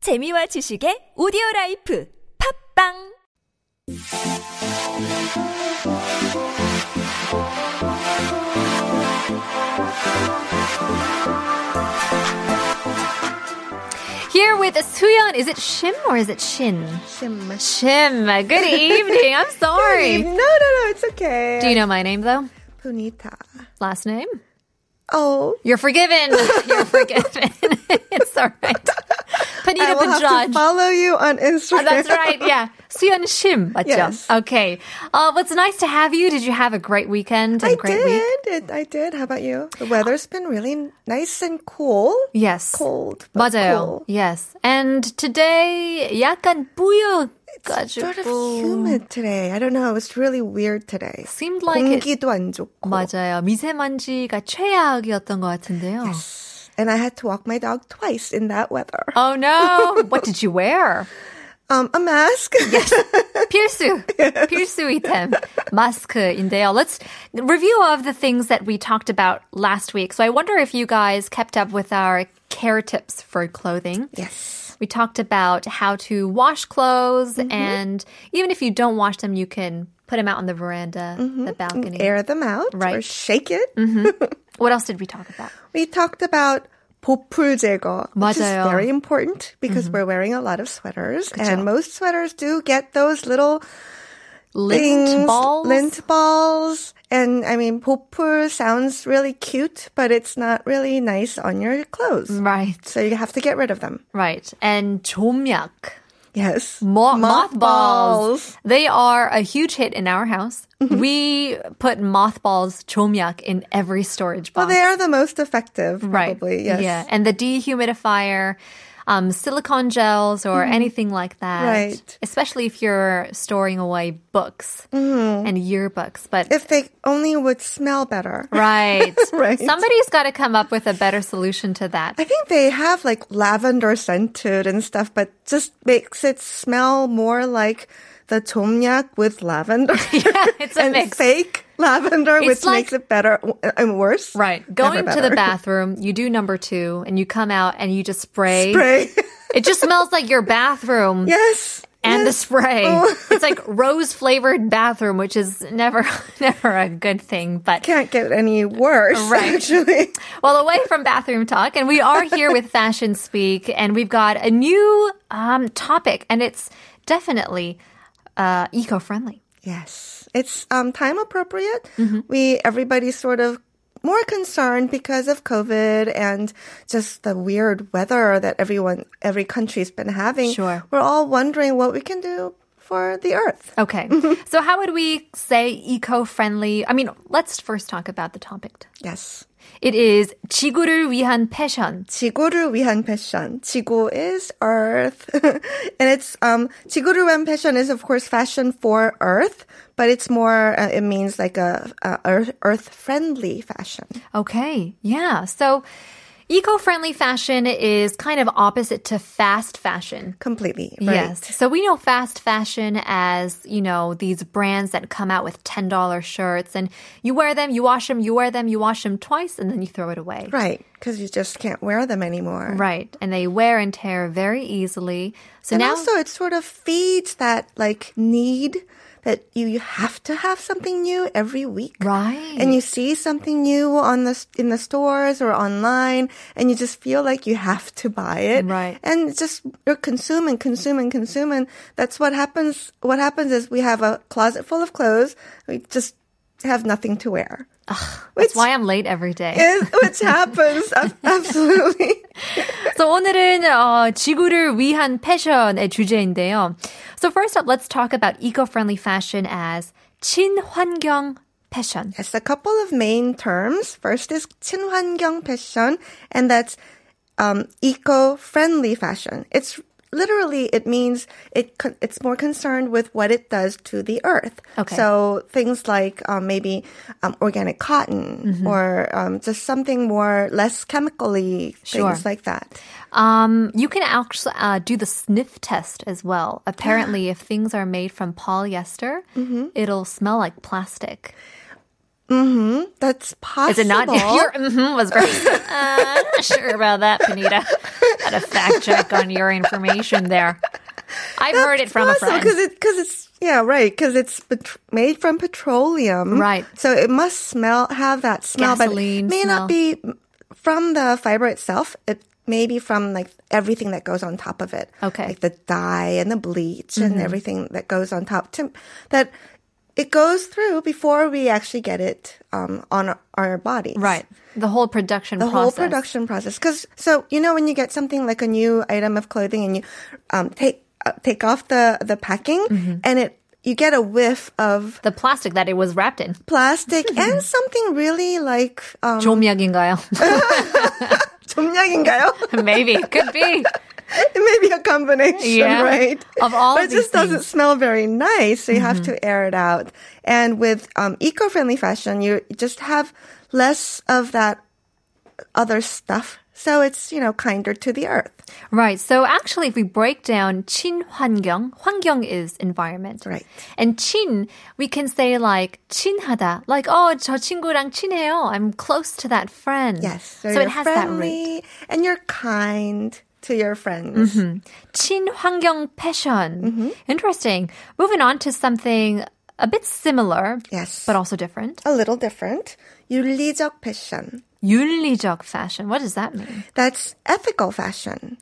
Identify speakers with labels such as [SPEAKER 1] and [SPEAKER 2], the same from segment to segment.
[SPEAKER 1] 재미와 지식의 오디오 라이프 팝빵
[SPEAKER 2] Here with Suyeon, is it Shim or is it Shin?
[SPEAKER 3] Shim.
[SPEAKER 2] Shim. Good evening. I'm sorry.
[SPEAKER 3] No, no, no, it's okay.
[SPEAKER 2] Do you know my name though?
[SPEAKER 3] Punita.
[SPEAKER 2] Last name?
[SPEAKER 3] Oh,
[SPEAKER 2] You're forgiven. You're forgiven. it's all right.
[SPEAKER 3] I
[SPEAKER 2] Panita
[SPEAKER 3] will have to
[SPEAKER 2] Bajaj.
[SPEAKER 3] follow you on Instagram.
[SPEAKER 2] Oh, That's right. Yeah. Suyeon Shim. 맞죠?
[SPEAKER 3] Yes.
[SPEAKER 2] Okay. Uh, well, it's nice to have you. Did you have a great weekend and
[SPEAKER 3] I
[SPEAKER 2] great
[SPEAKER 3] did.
[SPEAKER 2] week?
[SPEAKER 3] It, I did. How about you? The weather's been really nice and cool.
[SPEAKER 2] Yes.
[SPEAKER 3] Cold. but
[SPEAKER 2] 맞아요.
[SPEAKER 3] cool.
[SPEAKER 2] Yes. And today 약간
[SPEAKER 3] It's
[SPEAKER 2] 뿌여가지고
[SPEAKER 3] sort of humid today. I don't know. It was really weird today.
[SPEAKER 2] seemed like it
[SPEAKER 3] 공기도 안 좋고.
[SPEAKER 2] 맞아요. 미세먼지가 최악이었던 것 같은데요.
[SPEAKER 3] And I had to walk my dog twice in that weather.
[SPEAKER 2] Oh no! What did you wear?
[SPEAKER 3] Um, a mask.
[SPEAKER 2] 필수, 필수 item, 마스크인데요. Let's review of the things that we talked about last week. So I wonder if you guys kept up with our care tips for clothing.
[SPEAKER 3] yes. Mm-hmm.
[SPEAKER 2] We talked about how to wash clothes, and even if you don't wash them, you can put them out on the veranda,
[SPEAKER 3] Mm-hmm.
[SPEAKER 2] the balcony.
[SPEAKER 3] Air them out or
[SPEAKER 2] Right.
[SPEAKER 3] shake it. Mm-hmm.
[SPEAKER 2] What else did we talk about?
[SPEAKER 3] We talked about 보풀 제거, which is
[SPEAKER 2] 맞아요. Mm-hmm.
[SPEAKER 3] very important because we're wearing a lot of sweaters, and most sweaters do get those little
[SPEAKER 2] Lint
[SPEAKER 3] things,
[SPEAKER 2] balls.
[SPEAKER 3] lint balls. And I mean, 보풀 sounds really cute, but it's not really nice on your clothes.
[SPEAKER 2] Right,
[SPEAKER 3] So you have to get rid of them.
[SPEAKER 2] right, and 조미약.
[SPEAKER 3] Yes,
[SPEAKER 2] Mo-
[SPEAKER 3] Mothballs. Mm-hmm.
[SPEAKER 2] mothballs. They are a huge hit in our house. we put mothballs, chomyak, in every storage box.
[SPEAKER 3] They are the most effective, probably. Yes.
[SPEAKER 2] Yeah. And the dehumidifier, um, silicone gels, or anything like that.
[SPEAKER 3] Mm-hmm. Right.
[SPEAKER 2] Especially if you're storing away books
[SPEAKER 3] Mm-hmm.
[SPEAKER 2] and yearbooks. But
[SPEAKER 3] If they only would smell better.
[SPEAKER 2] right.
[SPEAKER 3] Right.
[SPEAKER 2] Somebody's got to come up with a better solution to that.
[SPEAKER 3] I think they have like lavender scented and stuff, but just makes it smell more like the tomyak with lavender.
[SPEAKER 2] yeah, it's a
[SPEAKER 3] and
[SPEAKER 2] mix.
[SPEAKER 3] fake lavender,
[SPEAKER 2] It's
[SPEAKER 3] which
[SPEAKER 2] like-
[SPEAKER 3] makes it better and worse.
[SPEAKER 2] Right.
[SPEAKER 3] Never
[SPEAKER 2] Going to the
[SPEAKER 3] better.
[SPEAKER 2] bathroom, you do number two, and you come out and you just spray.
[SPEAKER 3] Spray.
[SPEAKER 2] It just smells like your bathroom
[SPEAKER 3] yes.
[SPEAKER 2] and the
[SPEAKER 3] yes.
[SPEAKER 2] spray. It's like rose flavored bathroom, which is never never a good thing. But
[SPEAKER 3] Can't get any worse,
[SPEAKER 2] Right.
[SPEAKER 3] actually.
[SPEAKER 2] well, away from bathroom talk, and we are here with Fashion Speak, and we've got a new um, topic, and it's definitely uh, eco friendly.
[SPEAKER 3] Yes, it's um, time appropriate.
[SPEAKER 2] Mm-hmm.
[SPEAKER 3] We everybody's sort of more concerned because of COVID and just the weird weather that everyone, every country's been having.
[SPEAKER 2] Sure.
[SPEAKER 3] we're all wondering what we can do for the earth.
[SPEAKER 2] Okay, so how would we say eco friendly? I mean, let's first talk about the topic.
[SPEAKER 3] Yes.
[SPEAKER 2] It is 지구를 위한 패션.
[SPEAKER 3] 지구를 위한 패션. 지구 is earth. and it's, um, 지구를 위한 패션 is of course fashion for earth, but it's more, uh, it means like a, a earth, earth friendly fashion.
[SPEAKER 2] Okay, yeah. So eco friendly fashion is kind of opposite to fast fashion.
[SPEAKER 3] Completely. Right?
[SPEAKER 2] Yes. So we know fast fashion as, you know, these brands that come out with $10 shirts and you wear them, you wash them, you wear them, you wash them twice, and then you throw it away.
[SPEAKER 3] Right. Cause you just can't wear them anymore.
[SPEAKER 2] Right. And they wear and tear very easily. So
[SPEAKER 3] And
[SPEAKER 2] now.
[SPEAKER 3] also it sort of feeds that like need that you, you have to have something new every week.
[SPEAKER 2] Mm-hmm. right.
[SPEAKER 3] And you see something new on the in the stores or online, and you just feel like you have to buy it.
[SPEAKER 2] Right.
[SPEAKER 3] And it's just you're consuming, consuming, consuming. That's what happens. What happens is we have a closet full of clothes. We just have nothing to wear.
[SPEAKER 2] That's why I'm late every day.
[SPEAKER 3] Is- which happens ab- absolutely.
[SPEAKER 2] So 오늘은 어, 지구를 위한 패션의 주제인데요. So first up, let's talk about eco-friendly fashion as 친환경 패션.
[SPEAKER 3] Yes, a couple of main terms. First is 친환경 패션, and that's um, eco-friendly fashion. It's literally it means it con- it's more concerned with what it does to the earth.
[SPEAKER 2] Okay.
[SPEAKER 3] So things like um, maybe um, organic cotton
[SPEAKER 2] Mm-hmm.
[SPEAKER 3] or um, just something more less chemically
[SPEAKER 2] Sure.
[SPEAKER 3] things like that.
[SPEAKER 2] Um, you can actually uh, do the sniff test as well. Apparently, if things are made from polyester, it'll smell like plastic.
[SPEAKER 3] Mm-hmm. That's possible.
[SPEAKER 2] Is it not? Your mm-hmm was very uh, not sure about that, Panita. Had a fact check on your information there. I've heard it from a friend.
[SPEAKER 3] because it because it's yeah right because it's pet- made from petroleum
[SPEAKER 2] Right.
[SPEAKER 3] so it must smell have that smell
[SPEAKER 2] Gasoline
[SPEAKER 3] but it may
[SPEAKER 2] smell.
[SPEAKER 3] not be from the fiber itself it may be from like everything that goes on top of it
[SPEAKER 2] Okay. Mm-hmm.
[SPEAKER 3] like the dye and the bleach and everything that goes on top to, that it goes through before we actually get it um, on our, our bodies
[SPEAKER 2] Right. The whole production
[SPEAKER 3] the
[SPEAKER 2] process.
[SPEAKER 3] whole production process. Because so you know when you get something like a new item of clothing and you um, take uh, take off the the packing
[SPEAKER 2] Mm-hmm.
[SPEAKER 3] and it you get a whiff of
[SPEAKER 2] The plastic that it was wrapped in.
[SPEAKER 3] plastic and something really like um,
[SPEAKER 2] 조미약인가요?
[SPEAKER 3] 점량인가요?
[SPEAKER 2] Maybe. Could be.
[SPEAKER 3] it may be a combination,
[SPEAKER 2] Yeah.
[SPEAKER 3] right?
[SPEAKER 2] Of all
[SPEAKER 3] but
[SPEAKER 2] of
[SPEAKER 3] it just
[SPEAKER 2] these Mm-hmm.
[SPEAKER 3] doesn't smell very nice, so you have to air it out. And with um, eco-friendly fashion, you just have less of that other stuff, so it's you know kinder to the earth.
[SPEAKER 2] Right. So actually, if we break down 친환경, 환경 is environment.
[SPEAKER 3] Right.
[SPEAKER 2] And 친, we can say like 친하다, like oh 저 친구랑 친해요. I'm close to that friend.
[SPEAKER 3] Yes.
[SPEAKER 2] So,
[SPEAKER 3] you're
[SPEAKER 2] it has that root.
[SPEAKER 3] friendly and you're kind to your friends.
[SPEAKER 2] Mm-hmm. 친환경 패션. Interesting. Moving on to something a bit similar.
[SPEAKER 3] Yes.
[SPEAKER 2] But also different.
[SPEAKER 3] A little different. 윤리적 패션.
[SPEAKER 2] 윤리적 fashion. What does that mean?
[SPEAKER 3] That's ethical fashion.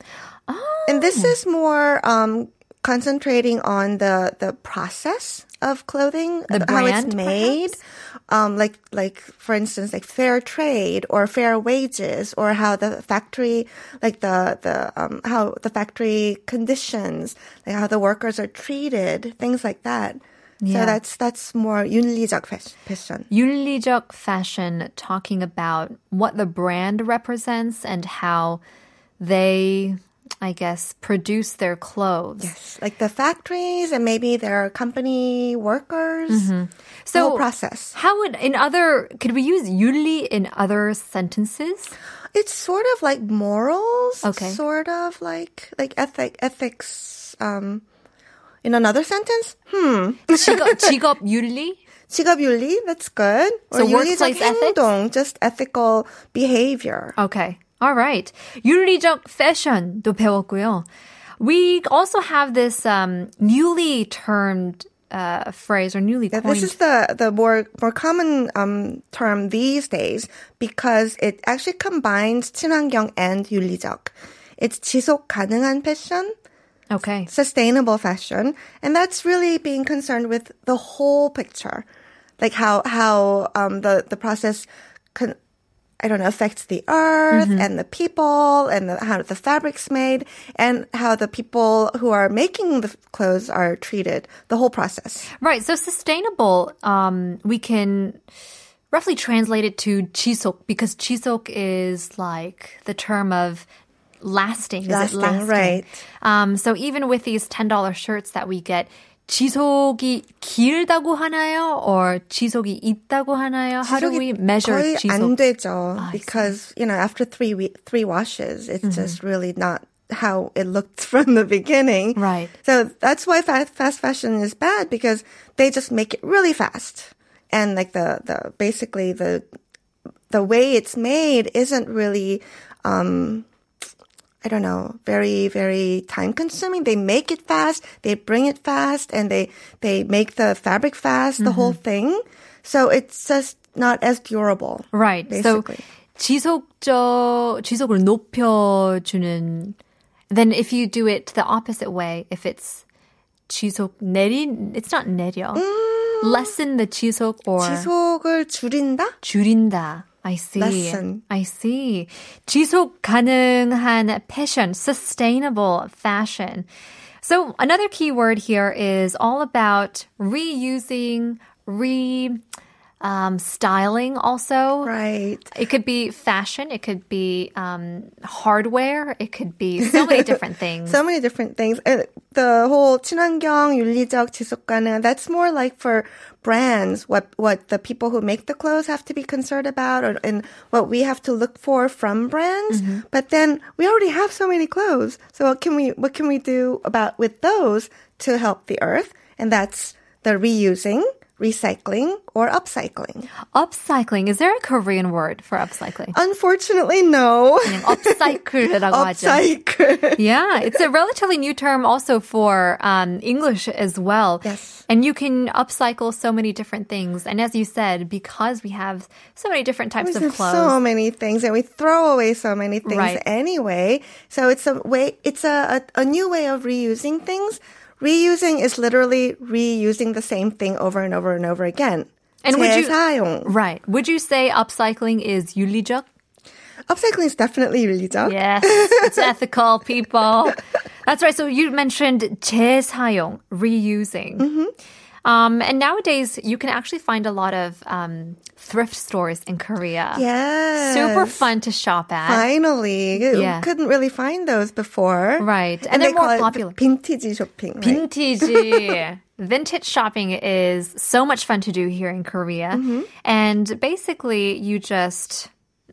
[SPEAKER 3] And
[SPEAKER 2] Oh.
[SPEAKER 3] this is more um, concentrating on the, the process of clothing,
[SPEAKER 2] The
[SPEAKER 3] how
[SPEAKER 2] brand,
[SPEAKER 3] it's made. Um, like, like, for instance, like fair trade or fair wages or how the factory, like the, the, um, how the factory conditions, like how the workers are treated, things like that.
[SPEAKER 2] Yeah.
[SPEAKER 3] So that's, that's more 윤리적 패- 패션.
[SPEAKER 2] 윤리적 fashion talking about what the brand represents and how they, I guess, produce their clothes.
[SPEAKER 3] Yes, like the factories and maybe their company workers.
[SPEAKER 2] So
[SPEAKER 3] whole process.
[SPEAKER 2] How would in other could we use 윤리 in other sentences?
[SPEAKER 3] It's sort of like morals.
[SPEAKER 2] Okay.
[SPEAKER 3] Sort of like like ethic ethics. Um, in another sentence, hmm.
[SPEAKER 2] 직업, 직업 윤리?
[SPEAKER 3] 직업 윤리, that's good. Or
[SPEAKER 2] So
[SPEAKER 3] 윤리적
[SPEAKER 2] workplace ethics?
[SPEAKER 3] 행동, just ethical behavior.
[SPEAKER 2] Okay. All right. 윤리적 fashion도 배웠고요. We also have this um, newly termed uh, phrase or newly
[SPEAKER 3] Yeah,
[SPEAKER 2] coined.
[SPEAKER 3] this is the, the more more common um, term these days because it actually combines 친환경 and 윤리적. It's 지속 가능한 패션.
[SPEAKER 2] okay.
[SPEAKER 3] sustainable fashion, and that's really being concerned with the whole picture, like how how um, the the process. Con- I don't know, affects the earth
[SPEAKER 2] Mm-hmm.
[SPEAKER 3] and the people and the, how the fabric's made and how the people who are making the clothes are treated, the whole process.
[SPEAKER 2] Right. So sustainable, um, we can roughly translate it to chisok because chisok is like the term of lasting. is it
[SPEAKER 3] Lasting,
[SPEAKER 2] lasting?
[SPEAKER 3] right.
[SPEAKER 2] Um, so even with these $10 shirts that we get, 지속이 길다고 하나요? Or 지속이 있다고 하나요? How do
[SPEAKER 3] 지속이
[SPEAKER 2] we measure
[SPEAKER 3] 거의 안
[SPEAKER 2] 지속?
[SPEAKER 3] 되죠.
[SPEAKER 2] I see. Mm-hmm.
[SPEAKER 3] because, you know, after three we- three washes, it's just really not how it looked from the beginning.
[SPEAKER 2] Right.
[SPEAKER 3] So that's why fa- fast fashion is bad because they just make it really fast. And like the, the, basically the, the way it's made isn't really, um, I don't know, very, very time consuming. They make it fast, they bring it fast, and they, they make the fabric fast,
[SPEAKER 2] Mm-hmm.
[SPEAKER 3] the whole thing. So it's just not as durable.
[SPEAKER 2] Right.
[SPEAKER 3] Basically.
[SPEAKER 2] So 지속적 지속을 높여주는 then if you do it the opposite way, if it's 지속 내리 it's not 내려. lessen the 지속 or
[SPEAKER 3] 지속을 줄인다?
[SPEAKER 2] 줄인다. I see.
[SPEAKER 3] Lessen.
[SPEAKER 2] I see. 지속 가능한 패션, sustainable fashion. So another key word here is all about reusing, re um, styling also.
[SPEAKER 3] Right.
[SPEAKER 2] It could be fashion. It could be um, hardware. It could be so many different things.
[SPEAKER 3] So many different things. Uh, The whole 친환경, 윤리적, 지속 가능, that's more like for brands, what, what the people who make the clothes have to be concerned about or, and what we have to look for from brands.
[SPEAKER 2] Mm-hmm.
[SPEAKER 3] But then we already have so many clothes. So what can we, what can we do about with those to help the earth? And that's the reusing, recycling or upcycling.
[SPEAKER 2] Upcycling. Is there a Korean word for upcycling?
[SPEAKER 3] Unfortunately, no.
[SPEAKER 2] 그냥 upcycle이라고 하죠.
[SPEAKER 3] Upcycle.
[SPEAKER 2] Yeah, it's a relatively new term also for um, English as well.
[SPEAKER 3] Yes.
[SPEAKER 2] And you can upcycle so many different things. And as you said, because we have so many different types
[SPEAKER 3] We
[SPEAKER 2] of
[SPEAKER 3] have
[SPEAKER 2] clothes.
[SPEAKER 3] so many things, and we throw away so many things
[SPEAKER 2] Right.
[SPEAKER 3] anyway. So it's a way, it's a, a a new way of reusing things. Reusing is literally reusing the same thing over and over and over again.
[SPEAKER 2] And would you-
[SPEAKER 3] 재사용.
[SPEAKER 2] Right. Would you say upcycling is 윤리적?
[SPEAKER 3] upcycling is definitely illegal.
[SPEAKER 2] Yes, it's ethical, people. That's right. So you mentioned 재사용, reusing.
[SPEAKER 3] Mm-hmm.
[SPEAKER 2] Um, and nowadays, you can actually find a lot of um, thrift stores in Korea.
[SPEAKER 3] Yes.
[SPEAKER 2] Super fun to shop at.
[SPEAKER 3] Finally,
[SPEAKER 2] Yeah.
[SPEAKER 3] you couldn't really find those before.
[SPEAKER 2] Right. And
[SPEAKER 3] and,
[SPEAKER 2] they're
[SPEAKER 3] they
[SPEAKER 2] more
[SPEAKER 3] call
[SPEAKER 2] popular.
[SPEAKER 3] it vintage shopping. right?
[SPEAKER 2] Vintage. Vintage shopping is so much fun to do here in Korea.
[SPEAKER 3] Mm-hmm.
[SPEAKER 2] And basically, you just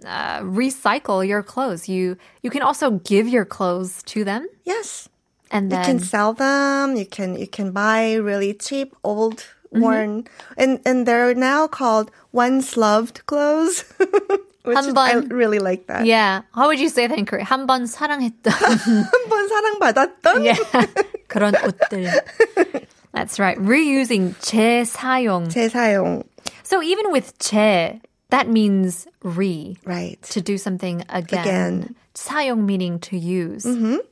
[SPEAKER 2] uh, recycle your clothes. You you can also give your clothes to them,
[SPEAKER 3] yes,
[SPEAKER 2] and
[SPEAKER 3] you
[SPEAKER 2] then
[SPEAKER 3] can sell them. You can you can buy really cheap old.
[SPEAKER 2] Mm-hmm.
[SPEAKER 3] Worn and and they're now called once loved clothes, which is, I
[SPEAKER 2] 한번-
[SPEAKER 3] really like that.
[SPEAKER 2] Yeah. How would you say that in Korean? 한번 사랑했던
[SPEAKER 3] 한번 사랑받았던
[SPEAKER 2] yeah. 그런 옷들. That's right. Reusing 재사용.
[SPEAKER 3] 재사용.
[SPEAKER 2] So even with 재, that means re,
[SPEAKER 3] Right.
[SPEAKER 2] to do something again.
[SPEAKER 3] Again.
[SPEAKER 2] 사용 meaning to use.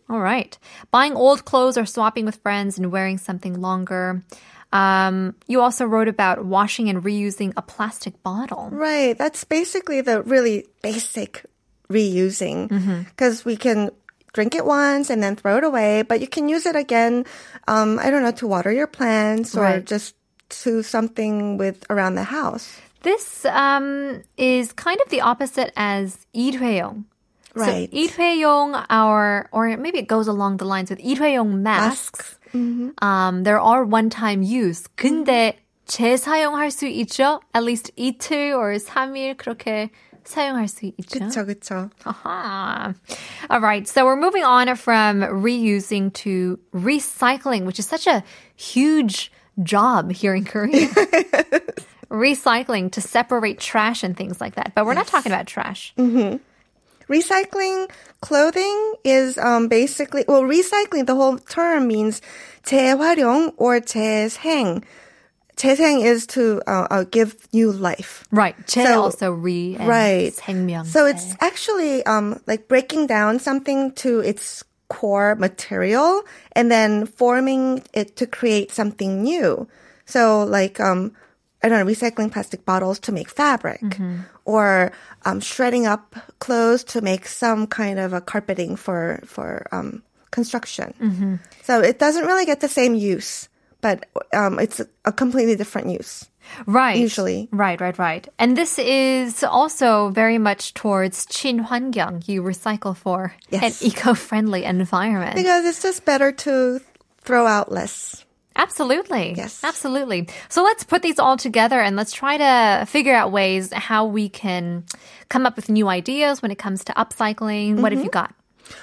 [SPEAKER 2] All right. Buying old clothes or swapping with friends and wearing something longer. Um, you also wrote about washing and reusing a plastic bottle.
[SPEAKER 3] Right. That's basically the really basic reusing
[SPEAKER 2] Mm-hmm.
[SPEAKER 3] because we can drink it once and then throw it away, but you can use it again. Um, I don't know, to water your plants or
[SPEAKER 2] Right.
[SPEAKER 3] just to something with around the house.
[SPEAKER 2] This um, is kind of the opposite as 일회용.
[SPEAKER 3] Right.
[SPEAKER 2] So 일회용, our or maybe it goes along the lines with 일회용 masks.
[SPEAKER 3] Mm-hmm.
[SPEAKER 2] Um, there are one-time use. 근데 재사용할 수 있죠? At least 이틀 or 3일 그렇게 사용할 수 있죠.
[SPEAKER 3] 그쵸, 그쵸.
[SPEAKER 2] Aha. All right, so we're moving on from reusing to recycling, which is such a huge job here in Korea. recycling to separate trash and things like that. But we're not talking about trash.
[SPEAKER 3] Recycling clothing is um, basically, well, recycling, the whole term means 재활용 or 재생. 재생 is to uh, uh, give new life.
[SPEAKER 2] Right. 재
[SPEAKER 3] So-
[SPEAKER 2] also re and
[SPEAKER 3] right.
[SPEAKER 2] 생명.
[SPEAKER 3] So it's actually um, like breaking down something to its core material and then forming it to create something new. So like um, I don't know, recycling plastic bottles to make fabric, or um, shredding up clothes to make some kind of a carpeting for for um, construction. So it doesn't really get the same use, but um, it's a- a completely different use.
[SPEAKER 2] right.
[SPEAKER 3] usually.
[SPEAKER 2] Right, right, right. And this is also very much towards 친환경. You recycle for
[SPEAKER 3] Yes.
[SPEAKER 2] an eco-friendly environment.
[SPEAKER 3] Because it's just better to throw out less.
[SPEAKER 2] Absolutely.
[SPEAKER 3] Yes.
[SPEAKER 2] Absolutely. So let's put these all together and let's try to figure out ways how we can come up with new ideas when it comes to upcycling. What have you
[SPEAKER 3] Mm-hmm.
[SPEAKER 2] got?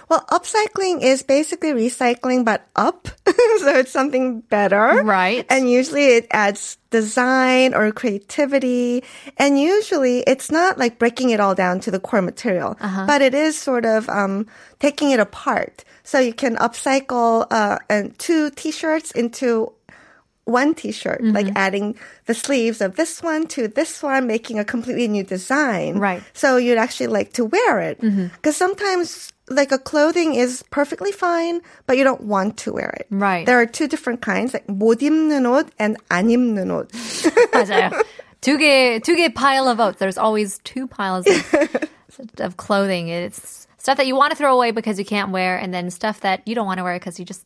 [SPEAKER 3] Well, upcycling is basically recycling, but up. so it's something better.
[SPEAKER 2] Right.
[SPEAKER 3] And usually it adds design or creativity. And usually it's not like breaking it all down to the core material, but it is sort of um, taking it apart. So you can upcycle uh, and two t shirts into one t-shirt like
[SPEAKER 2] Mm-hmm.
[SPEAKER 3] adding the sleeves of this one to this one making a completely new design
[SPEAKER 2] Right. Mm-hmm.
[SPEAKER 3] so you'd actually like to wear it because sometimes like a clothing is perfectly fine but you don't want to wear it
[SPEAKER 2] Right.
[SPEAKER 3] there are two different kinds like 못 입는 옷 and 안 입는 옷
[SPEAKER 2] 맞아요. 두 개, 두 개 pile of oats. There's always two piles of, of clothing. It's stuff that you want to throw away because you can't wear, and then stuff that you don't want to wear because you just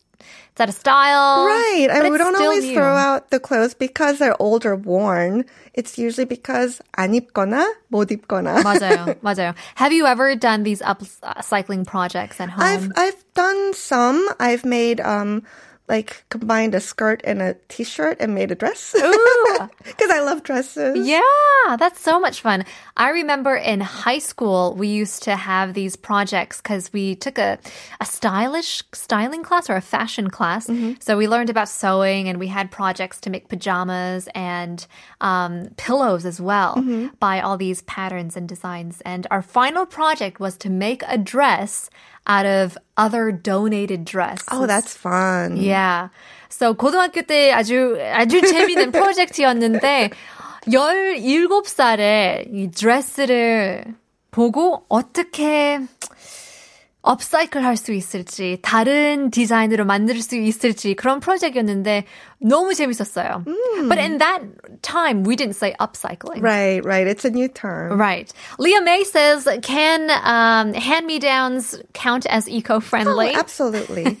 [SPEAKER 2] it's out of style.
[SPEAKER 3] right
[SPEAKER 2] But
[SPEAKER 3] and we
[SPEAKER 2] it's
[SPEAKER 3] don't
[SPEAKER 2] still
[SPEAKER 3] always
[SPEAKER 2] new.
[SPEAKER 3] throw out the clothes because they're old or worn it's usually because 안 입거나 못 입거나
[SPEAKER 2] 맞아요, 맞아요. Have you ever done these upcycling projects at home?
[SPEAKER 3] I've I've done some. I've made um like combined a skirt and a t-shirt and made a dress.
[SPEAKER 2] Ooh.
[SPEAKER 3] Because I love dresses.
[SPEAKER 2] Yeah, that's so much fun. I remember in high school we used to have these projects because we took a, a stylish styling class or a fashion class. So we learned about sewing and we had projects to make pajamas and um, pillows as well by all these patterns and designs. And our final project was to make a dress out of other donated dresses.
[SPEAKER 3] Oh, that's fun.
[SPEAKER 2] Yeah. So 고등학교 때 아주 아주 재미있는 프로젝트였는데 17살에 이 드레스를 보고 어떻게 업사이클 할 수 있을지 다른 디자인으로 만들 수 있을지 그런 프로젝트였는데 너무 재밌었어요. But in that time we didn't say upcycling.
[SPEAKER 3] Right, right. It's a new term.
[SPEAKER 2] Right. Leah May says, can um, hand-me-downs count as
[SPEAKER 3] Oh,
[SPEAKER 2] eco-friendly?
[SPEAKER 3] Absolutely.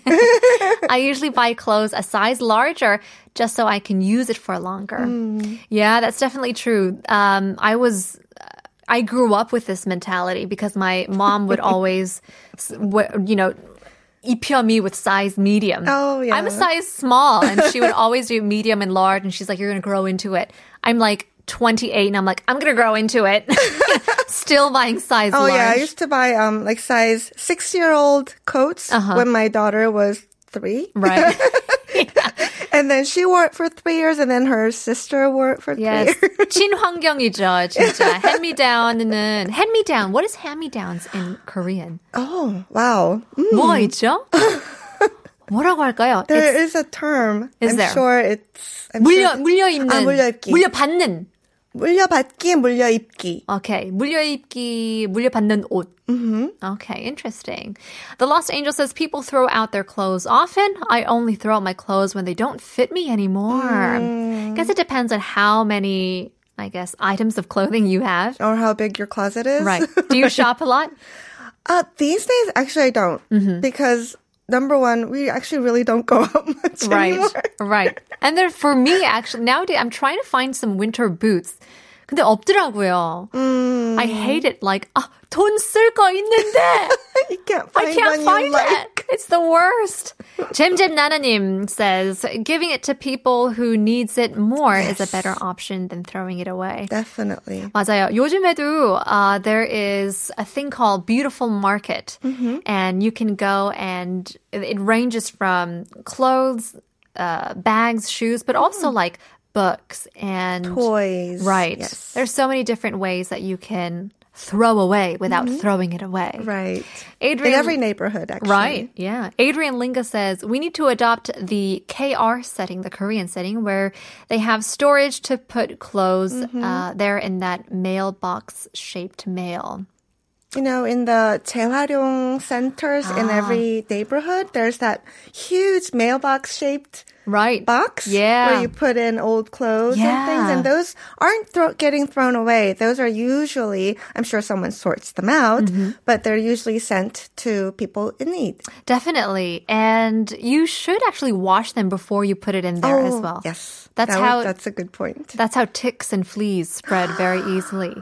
[SPEAKER 2] I usually buy clothes a size larger just so I can use it for longer.
[SPEAKER 3] Hmm.
[SPEAKER 2] Yeah, that's definitely true. Um, I was. I grew up with this mentality because my mom would always, s- w- you know, EPL me with size medium.
[SPEAKER 3] Oh, yeah.
[SPEAKER 2] I'm a size small, and she would always do medium and large, and she's like, "You're gonna grow into it." I'm like 28, and I'm like, "I'm gonna grow into it." Still buying size
[SPEAKER 3] Oh
[SPEAKER 2] large.
[SPEAKER 3] yeah, I used to buy um like size six year old coats
[SPEAKER 2] Uh-huh.
[SPEAKER 3] when my daughter was three,
[SPEAKER 2] right.
[SPEAKER 3] and then she wore it for three years, and then her sister wore it for
[SPEAKER 2] Yes.
[SPEAKER 3] three years.
[SPEAKER 2] 친환경이죠, 진짜. Hand-me-down은 hand-me-down. What is hand-me-downs in Korean?
[SPEAKER 3] Oh wow, Mm.
[SPEAKER 2] 뭐가 있죠? 뭐라고 할까요?
[SPEAKER 3] there is a term.
[SPEAKER 2] Is
[SPEAKER 3] I'm
[SPEAKER 2] there?
[SPEAKER 3] sure it's I'm
[SPEAKER 2] 물려
[SPEAKER 3] sure
[SPEAKER 2] 물려 입는
[SPEAKER 3] 아, 물려입기.
[SPEAKER 2] 받는.
[SPEAKER 3] 물려받기, 물려입기.
[SPEAKER 2] Okay, 물려입기 물려받는 옷. Okay, interesting. The Lost Angel says people throw out their clothes often. I only throw out my clothes when they don't fit me anymore.
[SPEAKER 3] Mm.
[SPEAKER 2] Guess it depends on how many, I guess, items of clothing you have.
[SPEAKER 3] Or how big your closet is.
[SPEAKER 2] Right. Do you shop a lot?
[SPEAKER 3] Uh, these days, actually, I don't
[SPEAKER 2] Mm-hmm.
[SPEAKER 3] because number one, we actually really don't go out much anymore.
[SPEAKER 2] right. And then for me, actually, nowadays I'm trying to find some winter boots. 근데 없더라고요. I hate it. Like, 아, 돈쓸 거 있는데.
[SPEAKER 3] You can't find
[SPEAKER 2] I can't
[SPEAKER 3] one you
[SPEAKER 2] find
[SPEAKER 3] like.
[SPEAKER 2] it. It's the worst. Jemjem Nananim says, giving it to people who needs it more is a better option than throwing it away.
[SPEAKER 3] Definitely.
[SPEAKER 2] 맞아요. 요즘에도 uh, there is a thing called Beautiful Market,
[SPEAKER 3] Mm-hmm.
[SPEAKER 2] and you can go and it it ranges from clothes, uh, bags, shoes,
[SPEAKER 3] Mm.
[SPEAKER 2] but also like books and
[SPEAKER 3] Toys.
[SPEAKER 2] Right.
[SPEAKER 3] Yes.
[SPEAKER 2] There's so many different ways that you can throw away without throwing it away.
[SPEAKER 3] Mm-hmm. Right.
[SPEAKER 2] Adrian,
[SPEAKER 3] In every neighborhood, actually.
[SPEAKER 2] Right. Yeah. Adrian Linga says we need to adopt the KR setting, the Korean setting, where they have storage to put clothes
[SPEAKER 3] Mm-hmm.
[SPEAKER 2] uh, there in that mailbox shaped mail.
[SPEAKER 3] You know, in the 재활용 centers
[SPEAKER 2] Ah.
[SPEAKER 3] in every neighborhood, there's that huge mailbox shaped
[SPEAKER 2] Right.
[SPEAKER 3] box
[SPEAKER 2] Yeah.
[SPEAKER 3] where you put in old clothes and things
[SPEAKER 2] Yeah.
[SPEAKER 3] and those aren't thro- getting thrown away those are usually i'm sure someone sorts them out
[SPEAKER 2] Mm-hmm.
[SPEAKER 3] but they're usually sent to people in need
[SPEAKER 2] Definitely. And you should actually wash them before you put it in there as
[SPEAKER 3] Oh,
[SPEAKER 2] well.
[SPEAKER 3] yes
[SPEAKER 2] That's
[SPEAKER 3] That was-
[SPEAKER 2] how
[SPEAKER 3] that's a good point
[SPEAKER 2] that's how ticks and fleas spread very easily.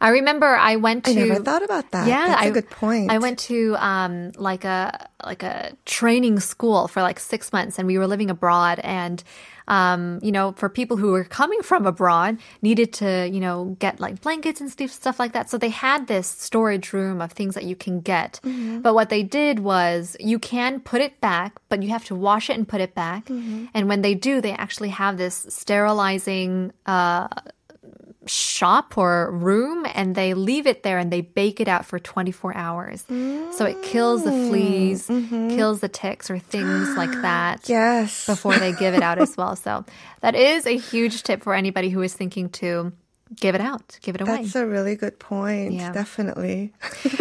[SPEAKER 2] I remember I went to
[SPEAKER 3] i never thought about that
[SPEAKER 2] Yeah,
[SPEAKER 3] that's a
[SPEAKER 2] I-
[SPEAKER 3] good point
[SPEAKER 2] I went to um, like a like a training school for like six months, and we were living abroad, and um, you know, for people who were coming from abroad, needed to you know get like blankets and stuff stuff like that. So they had this storage room of things that you can get.
[SPEAKER 3] Mm-hmm.
[SPEAKER 2] But what they did was you can put it back, but you have to wash it and put it back.
[SPEAKER 3] Mm-hmm.
[SPEAKER 2] And when they do, they actually have this sterilizing. Uh, shop or room and they leave it there and they bake it out for 24 hours. So it kills
[SPEAKER 3] Mm,
[SPEAKER 2] the fleas, kills the ticks or things like that
[SPEAKER 3] mm-hmm. yes
[SPEAKER 2] before they give it out as well. So that is a huge tip for anybody who is thinking to give it out, give it away.
[SPEAKER 3] that's a really good point
[SPEAKER 2] Yeah.
[SPEAKER 3] definitely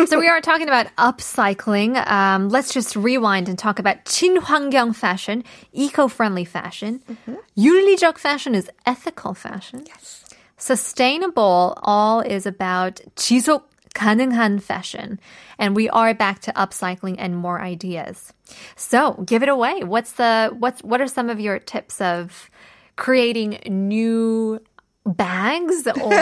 [SPEAKER 2] so we are talking about upcycling. Um, let's just rewind and talk about 친환경 fashion, eco-friendly fashion.
[SPEAKER 3] Mm-hmm.
[SPEAKER 2] 윤리적 fashion is ethical fashion. Yes. Sustainable all is about 지속 가능한 fashion. And we are back to upcycling and more ideas. So, give it away. What's the what's what are some of your tips of creating new bags or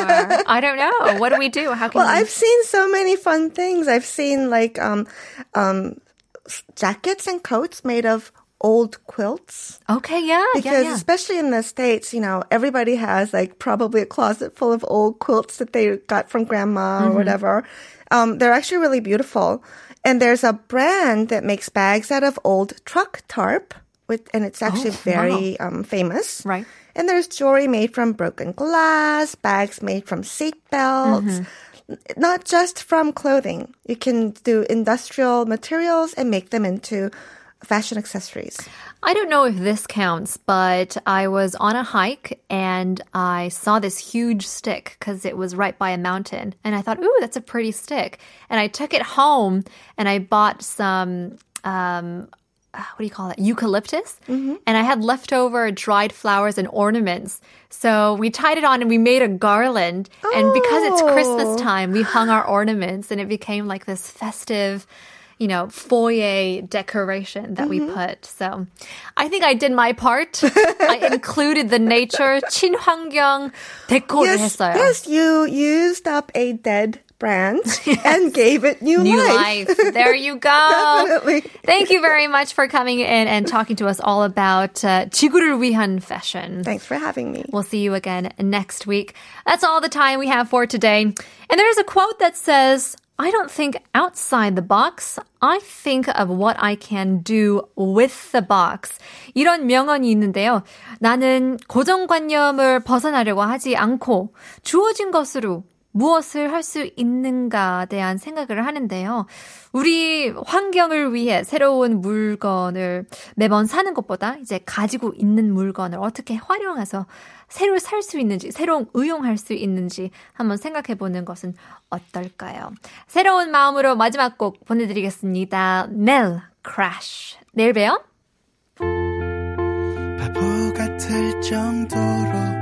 [SPEAKER 2] I don't know. What do we do? How can
[SPEAKER 3] Well,
[SPEAKER 2] we-
[SPEAKER 3] I've seen so many fun things. I've seen like um, um, s- jackets and coats made of old quilts.
[SPEAKER 2] Okay, yeah,
[SPEAKER 3] Because
[SPEAKER 2] yeah, yeah.
[SPEAKER 3] especially in the States, you know, everybody has like probably a closet full of old quilts that they got from grandma
[SPEAKER 2] Mm-hmm.
[SPEAKER 3] or whatever. Um, they're actually really beautiful. And there's a brand that makes bags out of old truck tarp with, and it's actually very um, famous.
[SPEAKER 2] Oh, Right.
[SPEAKER 3] And there's jewelry made from broken glass, bags made from seat belts,
[SPEAKER 2] Mm-hmm.
[SPEAKER 3] n- not just from clothing. You can do industrial materials and make them into fashion accessories.
[SPEAKER 2] I don't know if this counts, but I was on a hike and I saw this huge stick because it was right by a mountain. And I thought, ooh, that's a pretty stick. And I took it home and I bought some, um, uh, what do you call it? Eucalyptus. And I had leftover dried flowers and ornaments. So we tied it on and we made a garland. And because it's Christmas time, we hung our ornaments and it became like this festive you know, foyer decoration that
[SPEAKER 3] Mm-hmm.
[SPEAKER 2] we put. So I think I did my part. I included the nature, 친환경 데코를
[SPEAKER 3] Yes,
[SPEAKER 2] 했어요.
[SPEAKER 3] yes, you used up a dead branch and gave it new,
[SPEAKER 2] New life. There you go.
[SPEAKER 3] Definitely.
[SPEAKER 2] Thank you very much for coming in and talking to us all about uh, 지구를 위한 fashion.
[SPEAKER 3] Thanks for having me.
[SPEAKER 2] We'll see you again next week. That's all the time we have for today. And there's a quote that says, I don't think outside the box. I think of what I can do with the box. 이런 명언이 있는데요. 나는 고정관념을 벗어나려고 하지 않고 주어진 것으로 무엇을 할 수 있는가 대한 생각을 하는데요. 우리 환경을 위해 새로운 물건을 매번 사는 것보다 이제 가지고 있는 물건을 어떻게 활용해서 새로 살 수 있는지, 새로운 의용할 수 있는지 한번 생각해 보는 것은 어떨까요? 새로운 마음으로 마지막 곡 보내드리겠습니다. Mel Crash. 내일 봬요.
[SPEAKER 4] 바보 같을 정도로